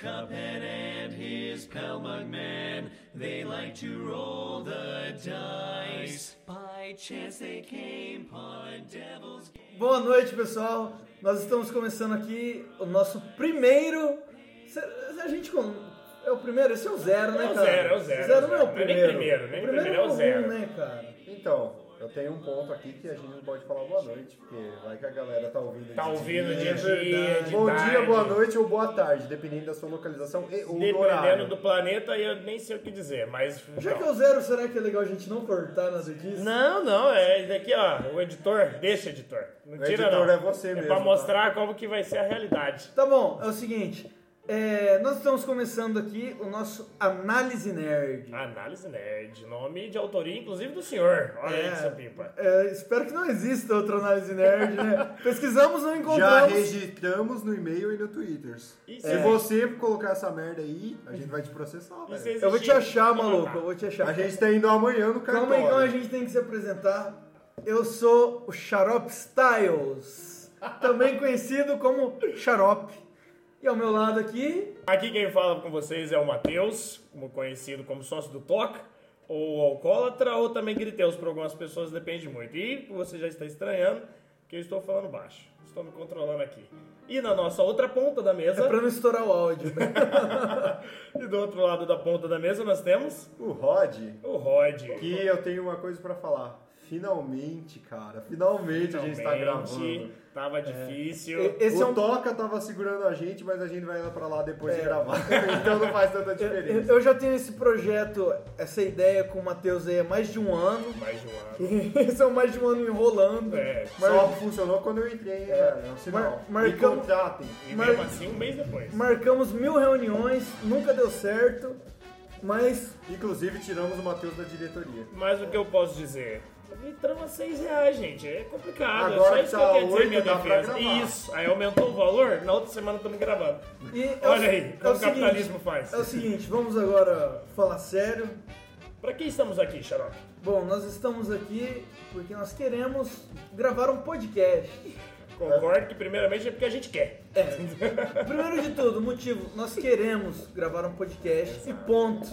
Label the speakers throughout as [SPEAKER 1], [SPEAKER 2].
[SPEAKER 1] Cuphead and his pal Mugman, they like to roll the dice. By chance they came upon Devil's Gate.
[SPEAKER 2] Boa noite, pessoal. Nós estamos começando aqui o nosso primeiro. Se- se A gente com. É o primeiro? Esse é o zero, né,
[SPEAKER 3] É o
[SPEAKER 2] cara?
[SPEAKER 3] zero, é o zero,
[SPEAKER 2] Zero não é o
[SPEAKER 3] não é nem
[SPEAKER 2] primeiro.
[SPEAKER 3] primeiro, nem
[SPEAKER 2] o primeiro,
[SPEAKER 3] primeiro, é o
[SPEAKER 2] um,
[SPEAKER 3] zero.
[SPEAKER 2] né, cara?
[SPEAKER 4] Então, eu tenho um ponto aqui que a gente não pode falar boa noite, porque vai que a galera tá ouvindo aí.
[SPEAKER 3] Tá ouvindo de
[SPEAKER 2] É
[SPEAKER 3] dia,
[SPEAKER 2] verdade.
[SPEAKER 3] de
[SPEAKER 4] Bom
[SPEAKER 3] tarde.
[SPEAKER 4] dia, boa noite ou boa tarde, dependendo da sua localização e ou do
[SPEAKER 3] Dependendo
[SPEAKER 4] horário.
[SPEAKER 3] do planeta, eu nem sei o que dizer, mas.
[SPEAKER 2] Já que é
[SPEAKER 3] então.
[SPEAKER 2] o zero, será que é legal a gente não cortar nas edições?
[SPEAKER 3] Não, não, é daqui, ó. O editor, deixa editor. Não
[SPEAKER 4] O
[SPEAKER 3] tira,
[SPEAKER 4] editor
[SPEAKER 3] não.
[SPEAKER 4] é você mesmo,
[SPEAKER 3] pra
[SPEAKER 4] tá?
[SPEAKER 3] mostrar como que vai ser a realidade.
[SPEAKER 2] Tá bom, é o seguinte. é, nós estamos começando aqui o nosso Análise Nerd.
[SPEAKER 3] Ah. Análise Nerd, nome de autoria, inclusive do senhor. Olha aí essa pipa.
[SPEAKER 2] é, espero que não exista outra análise nerd, né? Pesquisamos, não
[SPEAKER 4] Já
[SPEAKER 2] encontramos.
[SPEAKER 4] registramos no e-mail e no Twitter.
[SPEAKER 3] E
[SPEAKER 4] Se
[SPEAKER 3] se-
[SPEAKER 4] você colocar essa merda aí, a gente vai te processar,
[SPEAKER 3] E
[SPEAKER 4] velho.
[SPEAKER 3] se
[SPEAKER 2] Eu vou te
[SPEAKER 3] existir,
[SPEAKER 2] achar,
[SPEAKER 3] vou
[SPEAKER 2] maluco,
[SPEAKER 3] matar.
[SPEAKER 2] eu vou te achar.
[SPEAKER 4] A gente tá indo amanhã no cartório.
[SPEAKER 2] Calma aí, calma aí, a gente tem que se apresentar. Eu sou o Xarope Styles, também conhecido como Xarope. E ao meu lado aqui,
[SPEAKER 3] Aqui quem fala com vocês é o Matheus, como conhecido como sócio do Toca, ou alcoólatra, ou também griteus para algumas pessoas, depende muito. E você já está estranhando que eu estou falando baixo. Estou me controlando aqui. E na nossa outra ponta da
[SPEAKER 2] é pra
[SPEAKER 3] mesa,
[SPEAKER 2] não estourar o áudio, né?
[SPEAKER 3] e do outro lado da ponta da mesa, nós temos
[SPEAKER 4] O Rod,
[SPEAKER 3] o Rod.
[SPEAKER 4] que eu tenho uma coisa pra falar. Finalmente, cara, finalmente, a gente tá gravando. É.
[SPEAKER 3] Tava difícil.
[SPEAKER 2] E- Esse
[SPEAKER 4] o
[SPEAKER 2] é um.
[SPEAKER 4] Toca tava segurando a gente, mas a gente vai lá pra lá depois de gravar. É. então não faz tanta
[SPEAKER 2] Eu
[SPEAKER 4] diferença.
[SPEAKER 2] eu já tenho esse projeto, essa ideia com o Matheus aí há mais de um ano.
[SPEAKER 3] Mais de um ano.
[SPEAKER 2] E São mais de um ano enrolando.
[SPEAKER 3] É,
[SPEAKER 4] Só funcionou quando eu entrei, hein, velho. É um sinal.
[SPEAKER 2] Mar-
[SPEAKER 4] Me
[SPEAKER 2] marcamos-
[SPEAKER 4] contratem.
[SPEAKER 3] E
[SPEAKER 2] Mar-
[SPEAKER 3] mesmo assim, um mês depois.
[SPEAKER 2] Marcamos mil reuniões, nunca deu certo, mas
[SPEAKER 4] Inclusive, tiramos o Matheus da diretoria.
[SPEAKER 3] Mas o que eu posso dizer? Entramos a 6 reais, gente. É complicado.
[SPEAKER 4] Agora
[SPEAKER 3] é só isso que
[SPEAKER 4] tá
[SPEAKER 3] eu quero dizer,
[SPEAKER 4] oito,
[SPEAKER 3] minha
[SPEAKER 4] dá pra
[SPEAKER 3] defesa.
[SPEAKER 4] gravar.
[SPEAKER 3] Isso. Aí aumentou o valor, na outra semana estamos gravando.
[SPEAKER 2] E é o-
[SPEAKER 3] Olha aí, como o
[SPEAKER 2] seguinte-
[SPEAKER 3] capitalismo faz.
[SPEAKER 2] É o seguinte, vamos agora falar sério.
[SPEAKER 3] Pra que estamos aqui, Xarope?
[SPEAKER 2] Bom, nós estamos aqui porque nós queremos gravar um podcast.
[SPEAKER 3] Concordo que primeiramente é porque a gente quer.
[SPEAKER 2] É. Primeiro de tudo, motivo, nós queremos gravar um podcast e ponto.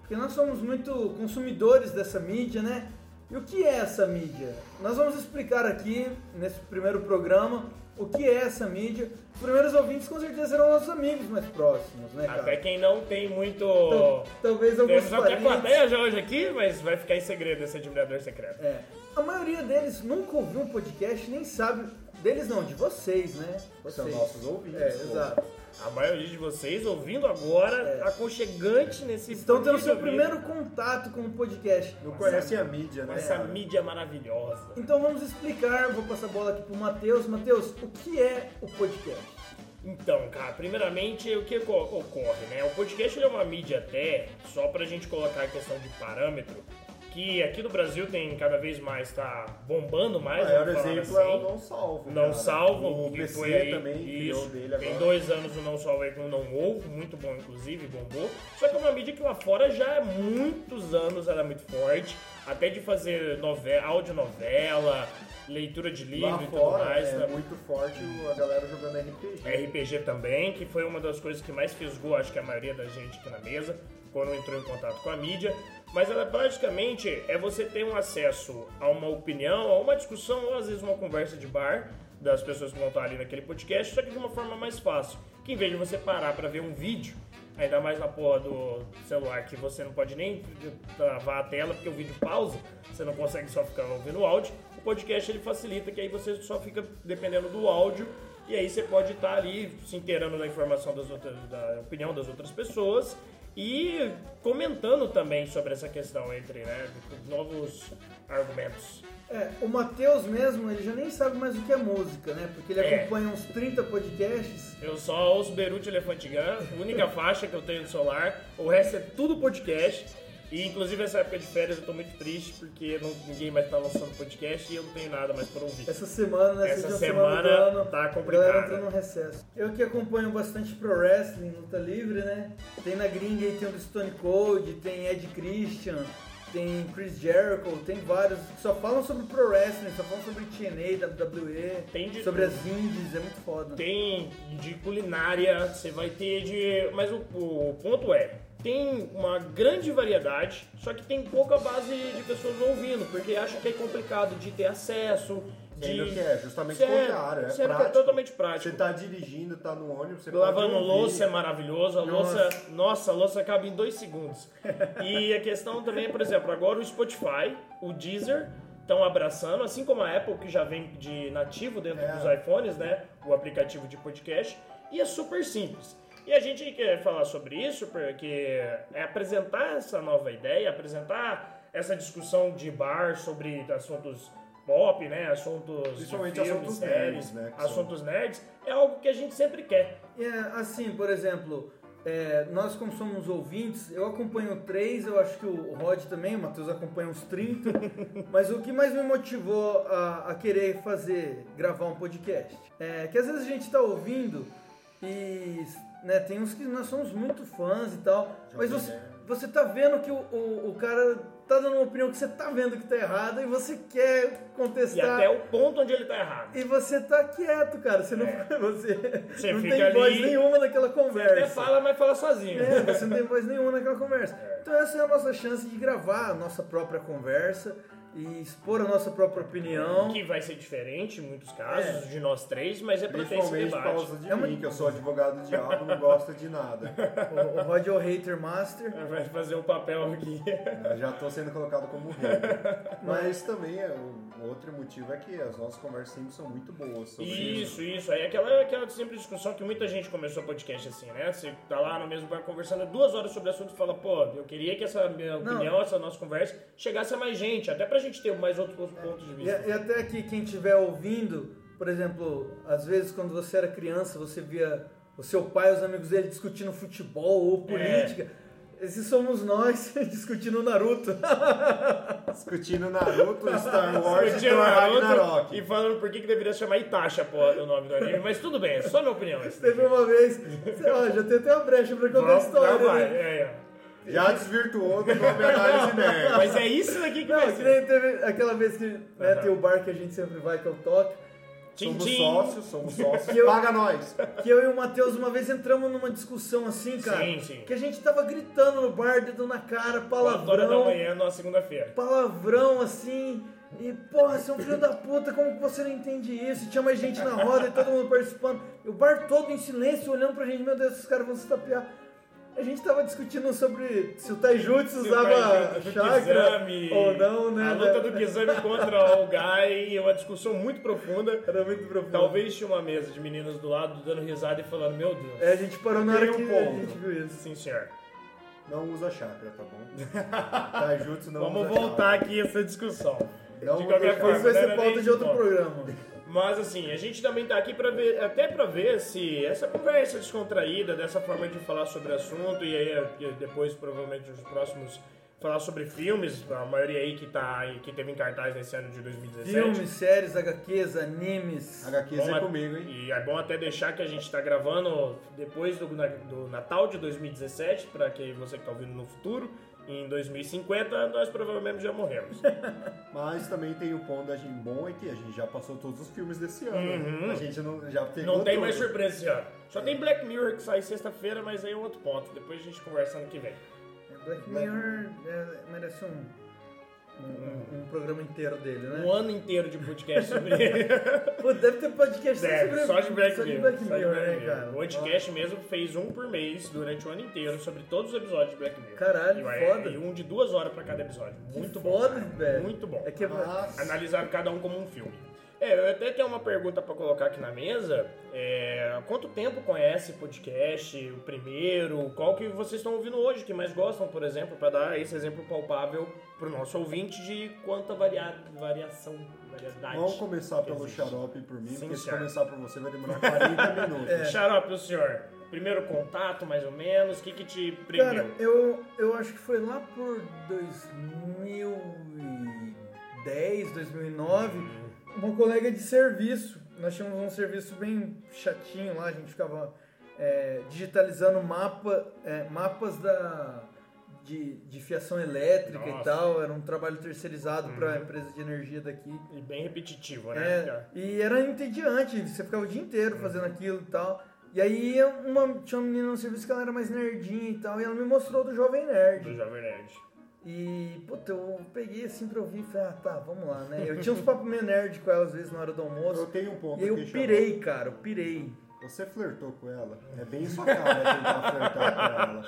[SPEAKER 2] Porque nós somos muito consumidores dessa mídia, né? E o que é essa mídia? Nós vamos explicar aqui, nesse primeiro programa, o que é essa mídia. Os primeiros ouvintes com certeza serão nossos amigos mais próximos, né, cara?
[SPEAKER 3] Até quem não tem muito...
[SPEAKER 2] Tal-
[SPEAKER 4] Então,
[SPEAKER 2] Talvez alguns
[SPEAKER 3] Temos até
[SPEAKER 2] parentes.
[SPEAKER 3] plateia já hoje aqui, mas vai ficar em segredo esse admirador secreto.
[SPEAKER 2] É. A maioria deles nunca ouviu um podcast, nem sabe. Deles não, de vocês, né?
[SPEAKER 4] São
[SPEAKER 2] Vocês.
[SPEAKER 4] nossos ouvintes.
[SPEAKER 2] É,
[SPEAKER 4] pô.
[SPEAKER 2] exato.
[SPEAKER 3] A maioria de vocês ouvindo agora,
[SPEAKER 2] É.
[SPEAKER 3] aconchegante nesse...
[SPEAKER 2] Estão tendo
[SPEAKER 3] bonito
[SPEAKER 2] seu
[SPEAKER 3] ouvido,
[SPEAKER 2] primeiro contato com o podcast.
[SPEAKER 4] Não conhece a mídia,
[SPEAKER 3] com
[SPEAKER 4] né?
[SPEAKER 3] Essa
[SPEAKER 4] cara?
[SPEAKER 3] mídia maravilhosa.
[SPEAKER 2] Então vamos explicar, vou passar a bola aqui pro Matheus. Matheus, o que é o podcast?
[SPEAKER 3] Então, cara, primeiramente o que co- ocorre, né? O podcast ele é uma mídia até, só pra gente colocar a questão de parâmetro, que aqui no Brasil tem cada vez mais, tá bombando
[SPEAKER 4] O
[SPEAKER 3] mais.
[SPEAKER 4] maior
[SPEAKER 3] vamos falar
[SPEAKER 4] exemplo é
[SPEAKER 3] assim.
[SPEAKER 4] o Não Salvo.
[SPEAKER 3] Não
[SPEAKER 4] cara.
[SPEAKER 3] Salvo,
[SPEAKER 4] O
[SPEAKER 3] que
[SPEAKER 4] PC
[SPEAKER 3] foi aí,
[SPEAKER 4] também, criou
[SPEAKER 3] isso,
[SPEAKER 4] o dele
[SPEAKER 3] tem
[SPEAKER 4] agora.
[SPEAKER 3] dois anos o Não Salvo aí com o Não Ovo, muito bom inclusive, bombou. Só que é uma mídia que lá fora já há muitos anos era muito forte, até de fazer novela, audionovela, leitura de
[SPEAKER 4] Lá
[SPEAKER 3] livro e tudo
[SPEAKER 4] fora
[SPEAKER 3] mais.
[SPEAKER 4] é
[SPEAKER 3] né?
[SPEAKER 4] muito forte o- a galera jogando RPG.
[SPEAKER 3] RPG também, que foi uma das coisas que mais fisgou, acho que a maioria da gente aqui na mesa, quando entrou em contato com a mídia. Mas ela praticamente é você ter um acesso a uma opinião, a uma discussão, ou às vezes uma conversa de bar das pessoas que vão estar ali naquele podcast, só que de uma forma mais fácil. Que em vez de você parar pra ver um vídeo, ainda mais na porra do celular que você não pode nem travar a tela, porque o vídeo pausa, você não consegue só ficar ouvindo o áudio. O podcast ele facilita, que aí você só fica dependendo do áudio e aí você pode estar ali se inteirando da informação das outras, da opinião das outras pessoas e comentando também sobre essa questão entre né, novos argumentos.
[SPEAKER 2] É, o Matheus mesmo, ele já nem sabe mais o que é música, né? Porque ele
[SPEAKER 3] É.
[SPEAKER 2] acompanha uns 30 podcasts.
[SPEAKER 3] Eu só ouço Beirute Elefante Gun, única faixa que eu tenho no celular. O resto é tudo podcast. E inclusive essa época de férias eu tô muito triste porque não- ninguém mais tá lançando podcast e eu não tenho nada mais pra ouvir.
[SPEAKER 2] Essa semana, né?
[SPEAKER 3] Essa
[SPEAKER 2] seja uma
[SPEAKER 3] semana
[SPEAKER 2] do ano,
[SPEAKER 3] tá
[SPEAKER 2] A
[SPEAKER 3] complicada.
[SPEAKER 2] galera entrou no recesso. Eu que acompanho bastante pro wrestling, luta livre, né? Tem na gringa aí, tem o do Stone Cold, tem Ed Christian, tem Chris Jericho, tem vários que só falam sobre pro wrestling, só falam sobre TNA, WWE,
[SPEAKER 3] Tem de
[SPEAKER 2] sobre
[SPEAKER 3] tudo.
[SPEAKER 2] as indies, é muito foda.
[SPEAKER 3] Tem de culinária, você vai ter de. Mas o, o ponto é, tem uma grande variedade, só que tem pouca base de pessoas ouvindo, porque acha que é complicado de ter acesso.
[SPEAKER 4] Sendo
[SPEAKER 3] de...
[SPEAKER 4] que é justamente
[SPEAKER 3] Sério,
[SPEAKER 4] o contrário, é
[SPEAKER 3] sério, que
[SPEAKER 4] prático.
[SPEAKER 3] totalmente prático.
[SPEAKER 4] Você tá dirigindo, tá no ônibus, você
[SPEAKER 3] Lavando
[SPEAKER 4] pode ouvir.
[SPEAKER 3] louça é maravilhoso, a louça, nossa, a louça acaba em dois segundos. E a questão também, por exemplo, agora o Spotify, o Deezer estão abraçando, assim como a Apple que já vem de nativo dentro
[SPEAKER 4] É.
[SPEAKER 3] dos iPhones, né? O aplicativo de podcast e é super simples. E a gente quer falar sobre isso porque é apresentar essa nova ideia, apresentar essa discussão de bar sobre assuntos pop, né? Assuntos de
[SPEAKER 4] Principalmente
[SPEAKER 3] filmes,
[SPEAKER 4] assuntos
[SPEAKER 3] séries,
[SPEAKER 4] nerds, né, que são-
[SPEAKER 3] assuntos nerds é algo que a gente sempre quer.
[SPEAKER 2] E é, assim, por exemplo, é, nós como somos ouvintes, eu acompanho três, eu acho que o Rod também, o Matheus acompanha uns 30, mas o que mais me motivou a, a querer fazer, gravar um podcast, é que às vezes a gente tá ouvindo e né, tem uns que nós somos muito fãs e tal, mas você, você tá vendo que o, o, o cara tá dando uma opinião que você tá vendo que tá errada e você quer
[SPEAKER 3] E
[SPEAKER 2] contestar.
[SPEAKER 3] até o ponto onde ele tá errado.
[SPEAKER 2] E você tá quieto, cara. Você não, você
[SPEAKER 3] É. Você
[SPEAKER 2] não
[SPEAKER 3] fica
[SPEAKER 2] tem
[SPEAKER 3] ali-
[SPEAKER 2] voz nenhuma naquela
[SPEAKER 3] Até
[SPEAKER 2] conversa.
[SPEAKER 3] fala, mas fala sozinho.
[SPEAKER 2] É, você não tem voz nenhuma naquela conversa. Então essa é a nossa chance de gravar a nossa própria conversa e expor a nossa própria opinião.
[SPEAKER 3] Que vai ser diferente em muitos casos de nós três, mas é pra ter esse
[SPEAKER 4] Principalmente por
[SPEAKER 3] debate.
[SPEAKER 4] causa de
[SPEAKER 2] É uma-
[SPEAKER 4] mim, que eu sou advogado do diabo, não gosta de nada.
[SPEAKER 2] O, o Rod é o hater master.
[SPEAKER 3] Vai fazer um papel aqui.
[SPEAKER 4] Eu já tô sendo colocado como regra. Mas também é, o outro motivo é que as nossas conversas sempre são muito boas sobre
[SPEAKER 3] Isso, isso. Aí é aquela, aquela sempre discussão que muita gente começou podcast assim, né? Você tá lá no mesmo bar conversando duas horas sobre o assunto e fala, pô, eu queria que essa minha
[SPEAKER 2] Não.
[SPEAKER 3] opinião, essa nossa conversa, chegasse a mais gente, até pra gente ter mais outros pontos de
[SPEAKER 2] E, é,
[SPEAKER 3] vista.
[SPEAKER 2] e até aqui quem estiver ouvindo, por exemplo, às vezes quando você era criança, você via o seu pai e os amigos dele discutindo futebol ou
[SPEAKER 3] É.
[SPEAKER 2] política. Esses somos nós discutindo Naruto.
[SPEAKER 4] isso. Discutindo Naruto, Star Wars e
[SPEAKER 3] Curtindo
[SPEAKER 4] Thor
[SPEAKER 3] Naruto
[SPEAKER 4] Ragnarok.
[SPEAKER 3] um E falando por que, que deveria chamar Itacha, pô, o nome do anime. Mas tudo bem, é só minha opinião. essa
[SPEAKER 2] Teve uma vez, sei lá, já tem até uma brecha pra contar a
[SPEAKER 3] Vamos-
[SPEAKER 2] história.
[SPEAKER 3] não vai,
[SPEAKER 2] né?
[SPEAKER 3] é, é.
[SPEAKER 4] Já desvirtuou do nome Análise Nerd.
[SPEAKER 3] Mas é isso daqui que
[SPEAKER 2] Não,
[SPEAKER 3] vai
[SPEAKER 2] que
[SPEAKER 3] ser.
[SPEAKER 2] nem teve aquela vez que né, tem o bar que a gente sempre vai, que é o Toque,
[SPEAKER 3] Tchim,
[SPEAKER 4] somos
[SPEAKER 3] tchim.
[SPEAKER 4] sócios, somos sócios.
[SPEAKER 2] E eu-
[SPEAKER 4] Paga nós.
[SPEAKER 2] que eu e o Matheus uma vez entramos numa discussão assim, cara,
[SPEAKER 3] Sim, sim.
[SPEAKER 2] que a gente tava gritando no bar, dedo na cara,
[SPEAKER 3] Quatro horas da
[SPEAKER 2] palavrão,
[SPEAKER 3] manhã, numa segunda-feira.
[SPEAKER 2] palavrão assim, e porra, você é um filho da puta, como que você não entende isso? E tinha mais gente na roda e todo mundo participando, e o bar todo em silêncio, olhando pra gente, meu Deus, esses caras vão se tapear. A gente tava discutindo sobre se o Taijutsu
[SPEAKER 3] Se
[SPEAKER 2] usava
[SPEAKER 3] faz do
[SPEAKER 2] chakra
[SPEAKER 3] Kizami,
[SPEAKER 2] ou não, né?
[SPEAKER 3] A luta do Kizami contra o Gai, uma discussão muito profunda.
[SPEAKER 2] Era muito profundo.
[SPEAKER 3] Talvez tinha uma mesa de meninas do lado dando risada e falando, meu Deus.
[SPEAKER 2] É, a gente parou na hora
[SPEAKER 4] Tem um
[SPEAKER 2] que a
[SPEAKER 4] ponto.
[SPEAKER 2] gente viu isso.
[SPEAKER 3] Sim, senhor.
[SPEAKER 4] Não usa chakra, tá bom? Taijutsu não
[SPEAKER 3] Vamos
[SPEAKER 4] usa
[SPEAKER 3] voltar
[SPEAKER 4] chakra.
[SPEAKER 3] aqui essa discussão.
[SPEAKER 4] Não
[SPEAKER 3] de qualquer
[SPEAKER 4] usa
[SPEAKER 3] forma,
[SPEAKER 2] Isso
[SPEAKER 4] chakra.
[SPEAKER 2] É vai
[SPEAKER 3] não era
[SPEAKER 2] ser
[SPEAKER 3] nem
[SPEAKER 2] pauta
[SPEAKER 3] esse
[SPEAKER 2] de outro
[SPEAKER 3] um ponto.
[SPEAKER 2] programa.
[SPEAKER 3] Mas assim, a gente também tá aqui para ver, até para ver se essa conversa descontraída, dessa forma de falar sobre o assunto e aí e depois provavelmente nos próximos falar sobre filmes, a maioria aí que tá aí, que teve em cartaz nesse ano de 2017.
[SPEAKER 2] Filmes, séries, HQs, animes.
[SPEAKER 4] HQs
[SPEAKER 3] Bom,
[SPEAKER 4] é
[SPEAKER 3] a-
[SPEAKER 4] comigo, hein?
[SPEAKER 3] E é bom até deixar que a gente tá gravando depois do, na- do Natal de 2017, para que você que tá ouvindo no futuro, em 2050 nós provavelmente já morremos.
[SPEAKER 4] Mas também tem o ponto da Jimbom é que a gente já passou todos os filmes desse ano.
[SPEAKER 3] Uhum.
[SPEAKER 4] A gente não, já pegou
[SPEAKER 3] Não tem
[SPEAKER 4] tudo.
[SPEAKER 3] mais surpresa esse ano. Só tem Black Mirror que sai sexta-feira, mas aí é outro ponto. Depois a gente conversa ano que vem.
[SPEAKER 2] Black Mirror é, merece um, um, um programa inteiro dele, né?
[SPEAKER 3] Hum. Um ano inteiro de podcast sobre ele.
[SPEAKER 2] Pô, deve ter podcast sobre
[SPEAKER 3] É, só de Black
[SPEAKER 2] só
[SPEAKER 3] Mirror.
[SPEAKER 2] Black Mirror,
[SPEAKER 3] só de Black
[SPEAKER 2] né,
[SPEAKER 3] Mirror.
[SPEAKER 2] cara?
[SPEAKER 3] O podcast mesmo fez um por mês durante o ano inteiro sobre todos os episódios de Black Mirror.
[SPEAKER 2] Caralho,
[SPEAKER 3] e, vai-
[SPEAKER 2] foda.
[SPEAKER 3] E um de duas horas pra cada episódio.
[SPEAKER 2] Que
[SPEAKER 3] é Muito bom.
[SPEAKER 2] foda,
[SPEAKER 3] cara.
[SPEAKER 2] velho.
[SPEAKER 3] Muito bom.
[SPEAKER 2] É
[SPEAKER 4] Ah,
[SPEAKER 2] que é-
[SPEAKER 4] Nossa.
[SPEAKER 3] analisar cada um como um filme. É, eu até tenho uma pergunta pra colocar aqui na mesa. É, há quanto tempo conhece podcast, o primeiro? Qual que vocês estão ouvindo hoje, que mais gostam, por exemplo, pra dar esse exemplo palpável pro nosso ouvinte de quanta varia- variação, variedade.
[SPEAKER 4] Vamos começar pelo
[SPEAKER 3] Existe.
[SPEAKER 4] xarope por mim,
[SPEAKER 3] Sim, É.
[SPEAKER 4] porque se
[SPEAKER 3] senhor.
[SPEAKER 4] começar por você vai demorar 40 minutos.
[SPEAKER 3] Xarope, o senhor, primeiro contato, mais ou menos, o que que te
[SPEAKER 2] Cara,
[SPEAKER 3] prendeu?
[SPEAKER 2] eu, eu acho que foi lá por 2010, 2009,
[SPEAKER 3] Uhum.
[SPEAKER 2] uma colega de serviço. Nós tínhamos um serviço bem chatinho lá, a gente ficava é, digitalizando mapa, é, mapas da, de, de fiação elétrica e
[SPEAKER 3] Nossa. Uhum.
[SPEAKER 2] tal, era um trabalho terceirizado para a empresa de energia daqui.
[SPEAKER 3] E bem repetitivo, né?
[SPEAKER 2] É, e era entediante, você ficava o dia inteiro
[SPEAKER 4] Uhum.
[SPEAKER 2] fazendo aquilo e tal. E aí uma, tinha uma menina no serviço que ela era mais nerdinha e tal, e ela me mostrou do Jovem
[SPEAKER 3] Do
[SPEAKER 2] Nerd.
[SPEAKER 3] Jovem Nerd.
[SPEAKER 2] E, puta, eu peguei assim pra ouvir e falei, ah, tá, vamos lá, né? Eu tinha uns papos meio nerd com ela às vezes na hora do
[SPEAKER 4] Eu
[SPEAKER 2] almoço.
[SPEAKER 4] tenho um ponto
[SPEAKER 2] E eu
[SPEAKER 4] aqui, Xandão.
[SPEAKER 2] pirei, cara, eu pirei.
[SPEAKER 4] Você flertou com ela. É bem sua cara tentar flertar com ela.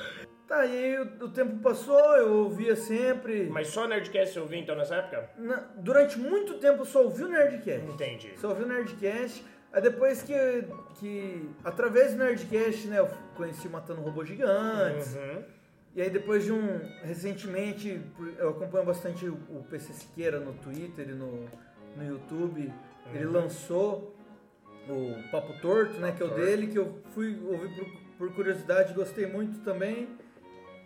[SPEAKER 2] Tá, e aí o, o tempo passou, eu ouvia sempre.
[SPEAKER 3] Mas só Nerdcast eu ouvi então nessa época?
[SPEAKER 2] Na- durante muito tempo eu só ouvi o Nerdcast.
[SPEAKER 3] Entendi.
[SPEAKER 2] Só ouvi o Nerdcast. Aí depois que, que através do Nerdcast, né, eu conheci o Matando Robôs Gigantes.
[SPEAKER 3] Uhum.
[SPEAKER 2] E aí depois de um. Recentemente, por- eu acompanho bastante o- o PC Siqueira no Twitter e no, no YouTube. Ele lançou o Papo Torto, né? que é o dele, que eu fui ouvir por, por curiosidade, gostei muito também.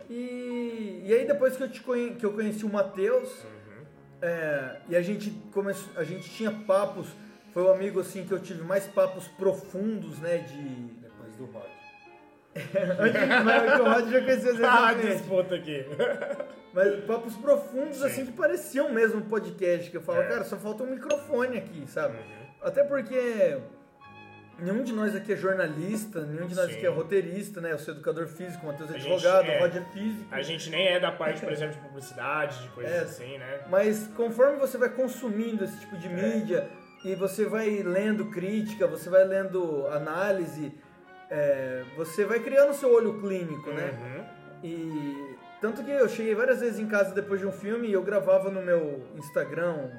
[SPEAKER 2] E, e aí depois que eu, te conhe- que eu conheci o Matheus, é, e a gente começou. A gente tinha papos. Foi o amigo assim que eu tive mais papos profundos, né? De.
[SPEAKER 4] Depois do Rod.
[SPEAKER 2] Antes de mas o Rod já conhecia as
[SPEAKER 3] Ah,
[SPEAKER 2] referências.
[SPEAKER 3] disputa aqui.
[SPEAKER 2] Mas papos profundos,
[SPEAKER 3] Sim.
[SPEAKER 2] assim, que pareciam mesmo um podcast. Que eu falo,
[SPEAKER 3] É. Uhum.
[SPEAKER 2] cara, só falta um microfone aqui, sabe? Até porque nenhum de nós aqui é jornalista, nenhum de nós
[SPEAKER 3] Sim.
[SPEAKER 2] aqui é roteirista, né? Eu sou educador físico, o Matheus é
[SPEAKER 3] A gente
[SPEAKER 2] advogado,
[SPEAKER 3] é.
[SPEAKER 2] o Rod é físico.
[SPEAKER 3] A gente nem é da parte, por exemplo, de publicidade, de coisas
[SPEAKER 2] É.
[SPEAKER 3] assim, né?
[SPEAKER 2] Mas conforme você vai consumindo esse tipo de
[SPEAKER 3] É.
[SPEAKER 2] mídia e você vai lendo crítica, você vai lendo análise, é, você vai criando seu olho clínico, né?
[SPEAKER 3] Uhum.
[SPEAKER 2] E tanto que eu cheguei várias vezes em casa depois de um filme e eu gravava no meu Instagram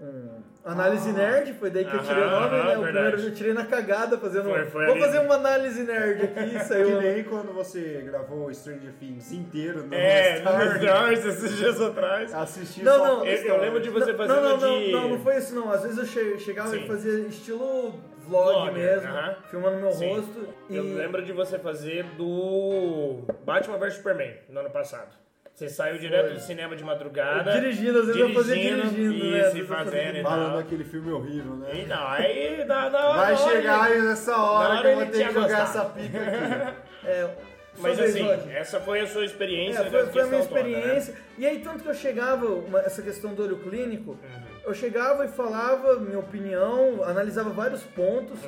[SPEAKER 2] um, um análise nerd, foi daí que eu tirei o
[SPEAKER 3] Ah. Aham,
[SPEAKER 2] nome, né? O
[SPEAKER 3] verdade.
[SPEAKER 2] primeiro eu tirei na cagada fazendo.
[SPEAKER 3] Foi- foi
[SPEAKER 2] Vou
[SPEAKER 3] ali.
[SPEAKER 2] fazer uma análise nerd aqui,
[SPEAKER 4] Que
[SPEAKER 2] saiu. um
[SPEAKER 4] nem quando você gravou Stranger Things inteiro no
[SPEAKER 3] É,
[SPEAKER 2] Uhum.
[SPEAKER 4] Star.
[SPEAKER 3] no Stars, esses dias atrás.
[SPEAKER 4] Assistir
[SPEAKER 2] Não,
[SPEAKER 4] só um
[SPEAKER 2] não,
[SPEAKER 4] pra
[SPEAKER 3] eu- eu
[SPEAKER 4] Star.
[SPEAKER 3] lembro de você
[SPEAKER 2] não,
[SPEAKER 3] fazendo
[SPEAKER 2] não, não,
[SPEAKER 3] de...
[SPEAKER 2] não, não foi isso não. Às vezes eu che- chegava
[SPEAKER 3] Sim.
[SPEAKER 2] e fazia estilo vlog
[SPEAKER 3] Vlogger,
[SPEAKER 2] mesmo,
[SPEAKER 3] aham.
[SPEAKER 2] filmando meu
[SPEAKER 3] Sim.
[SPEAKER 2] rosto.
[SPEAKER 3] Eu
[SPEAKER 2] e-
[SPEAKER 3] lembro de você fazer do Batman vs Superman no ano passado. Você saiu direto do cinema de madrugada.
[SPEAKER 2] Eu dirigindo, às vezes eu fazia dirigindo,
[SPEAKER 3] e
[SPEAKER 2] né? Às
[SPEAKER 3] se
[SPEAKER 2] vezes eu fazia
[SPEAKER 3] fazendo e
[SPEAKER 4] Falando
[SPEAKER 3] tal.
[SPEAKER 4] aquele filme horrível, né?
[SPEAKER 3] E não, aí dá na hora.
[SPEAKER 4] Vai
[SPEAKER 3] na hora,
[SPEAKER 4] chegar
[SPEAKER 3] né?
[SPEAKER 4] aí nessa
[SPEAKER 3] Então, na
[SPEAKER 4] hora que
[SPEAKER 3] hora
[SPEAKER 4] eu vou
[SPEAKER 3] ele
[SPEAKER 4] ter que
[SPEAKER 3] tinha
[SPEAKER 4] jogar
[SPEAKER 3] gostado.
[SPEAKER 4] essa pica aqui.
[SPEAKER 2] É,
[SPEAKER 3] Mas
[SPEAKER 2] só
[SPEAKER 3] assim,
[SPEAKER 2] vez, Rod.
[SPEAKER 3] essa foi a sua experiência.
[SPEAKER 2] É,
[SPEAKER 3] da
[SPEAKER 2] foi, foi a minha
[SPEAKER 3] questão toda, né?
[SPEAKER 2] experiência. E aí, tanto que eu chegava, uma- essa questão do olho clínico,
[SPEAKER 3] Uhum.
[SPEAKER 2] eu chegava e falava minha opinião, analisava vários pontos,